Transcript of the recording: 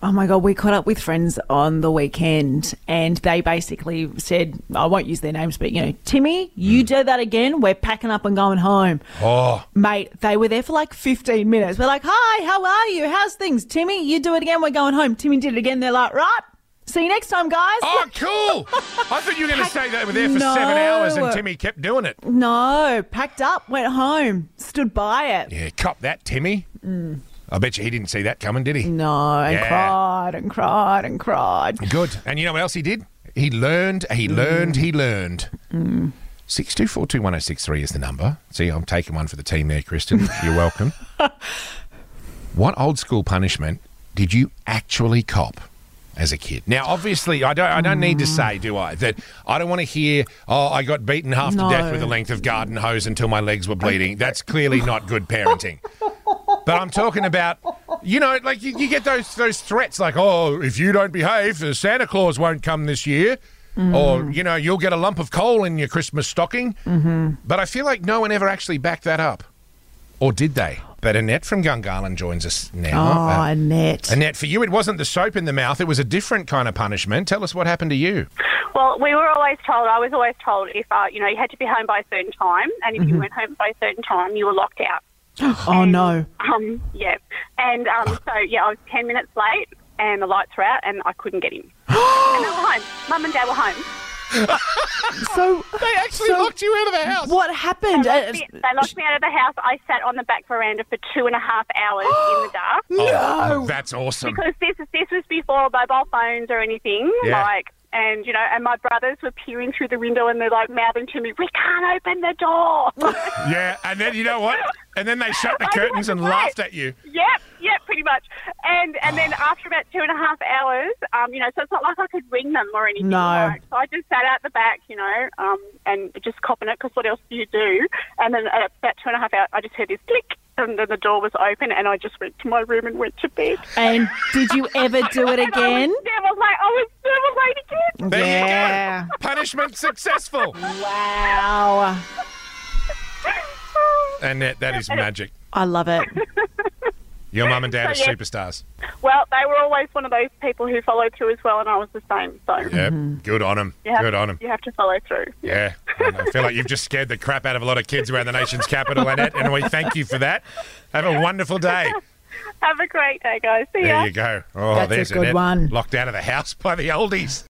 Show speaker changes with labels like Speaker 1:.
Speaker 1: Oh my God, we caught up with friends on the weekend and they basically said, I won't use their names, but you know, Timmy, you
Speaker 2: Mm.
Speaker 1: do that again. We're packing up and going home.
Speaker 2: Oh,
Speaker 1: Mate, they were there for like 15 minutes. We're like, hi, how are you? How's things? Timmy, you do it again. We're going home. Timmy did it again. They're like, right, see you next time, guys.
Speaker 2: oh, cool! I thought you were going to say they were there for
Speaker 1: No.
Speaker 2: seven hours and Timmy kept doing it.
Speaker 1: No, packed up, went home, stood by it.
Speaker 2: Yeah, cop that, Timmy. I bet you he didn't see that coming, did he?
Speaker 1: No, and
Speaker 2: Yeah.
Speaker 1: cried and cried and cried.
Speaker 2: Good. And you know what else he did? He learned, he learned, he learned. Six two four two one zero six three is the number. See, I'm taking one for the team there, Kristen. You're welcome. what old school punishment did you actually cop as a kid? Now, obviously, I don't. I don't need to say, do I? That I don't want to hear. Oh, I got beaten half
Speaker 1: No.
Speaker 2: to death with a length of garden hose until my legs were bleeding. That's clearly not good parenting. But I'm talking about, you know, like you, you get those those threats, like, oh, if you don't behave, uh, Santa Claus won't come this year, or you know, you'll get a lump of coal in your Christmas stocking. Mm-hmm. But I feel like no one ever actually backed that up, or did they? But Annette from Gungarland joins us
Speaker 1: Oh,
Speaker 2: now. Uh,
Speaker 1: Annette.
Speaker 2: Annette, for you, it wasn't the soap in the mouth; it was a different kind of punishment. Tell us what happened to you.
Speaker 3: Well, we were always told, I was always told if, uh, you know, you had to be home by a certain time, and if you weren't home by a certain time, you were locked out.
Speaker 1: oh no.
Speaker 3: Um, yeah. And um, so, yeah, I was 10 minutes late, and the lights were out, and I couldn't get in. and they were home. Mum and Dad were home.
Speaker 1: So
Speaker 2: They actually
Speaker 1: So-
Speaker 2: locked you out of the house.
Speaker 1: what happened?
Speaker 3: They locked,
Speaker 1: Uh,
Speaker 3: me, they locked me out of the house. I sat on the back veranda for two and a half hours in the dark.
Speaker 2: Oh. No, that's awesome.
Speaker 3: because this is this was before mobile phones or anything
Speaker 2: Yeah.
Speaker 3: like and you know and my brothers were peering through the window and they're like mouthing to me we can't open the door
Speaker 2: Yeah, and then you know what? And then they shut the
Speaker 3: I didn't
Speaker 2: curtains and
Speaker 3: want to
Speaker 2: laughed
Speaker 3: play.
Speaker 2: at you.
Speaker 3: yep yep pretty much and and then
Speaker 2: Ah.
Speaker 3: after about two and a half hours um you know so it's not like i could ring them or anything
Speaker 1: No.
Speaker 3: like, so i just sat out the back you know um and just copping it because what else do you do and then at about two and a half hours i just heard this click and then the door was open and i just went to my room and went to bed
Speaker 1: and did you ever do it
Speaker 3: and I
Speaker 1: again?
Speaker 3: was never late. I was never late again.
Speaker 2: There
Speaker 1: Yeah.
Speaker 2: you go. Punishment successful.
Speaker 1: Wow.
Speaker 2: Annette, that is magic.
Speaker 1: I love it.
Speaker 2: Your mum and dad are
Speaker 3: So, yeah.
Speaker 2: superstars.
Speaker 3: Well, they were always one of those people who followed through as well, and I was the same. So
Speaker 2: Yeah,
Speaker 1: Mm-hmm.
Speaker 2: good on them.
Speaker 3: you, have,
Speaker 2: Good on them.
Speaker 3: you have to follow through.
Speaker 2: Yeah. I know. I feel like you've just scared the crap out of a lot of kids around the nation's capital, Annette, and we thank you for that. Have a wonderful day.
Speaker 3: Have a great day, guys. See ya.
Speaker 2: There you go. Oh,
Speaker 1: That's a
Speaker 2: there's
Speaker 1: good
Speaker 2: Annette,
Speaker 1: one.
Speaker 2: Locked out of the house by the oldies.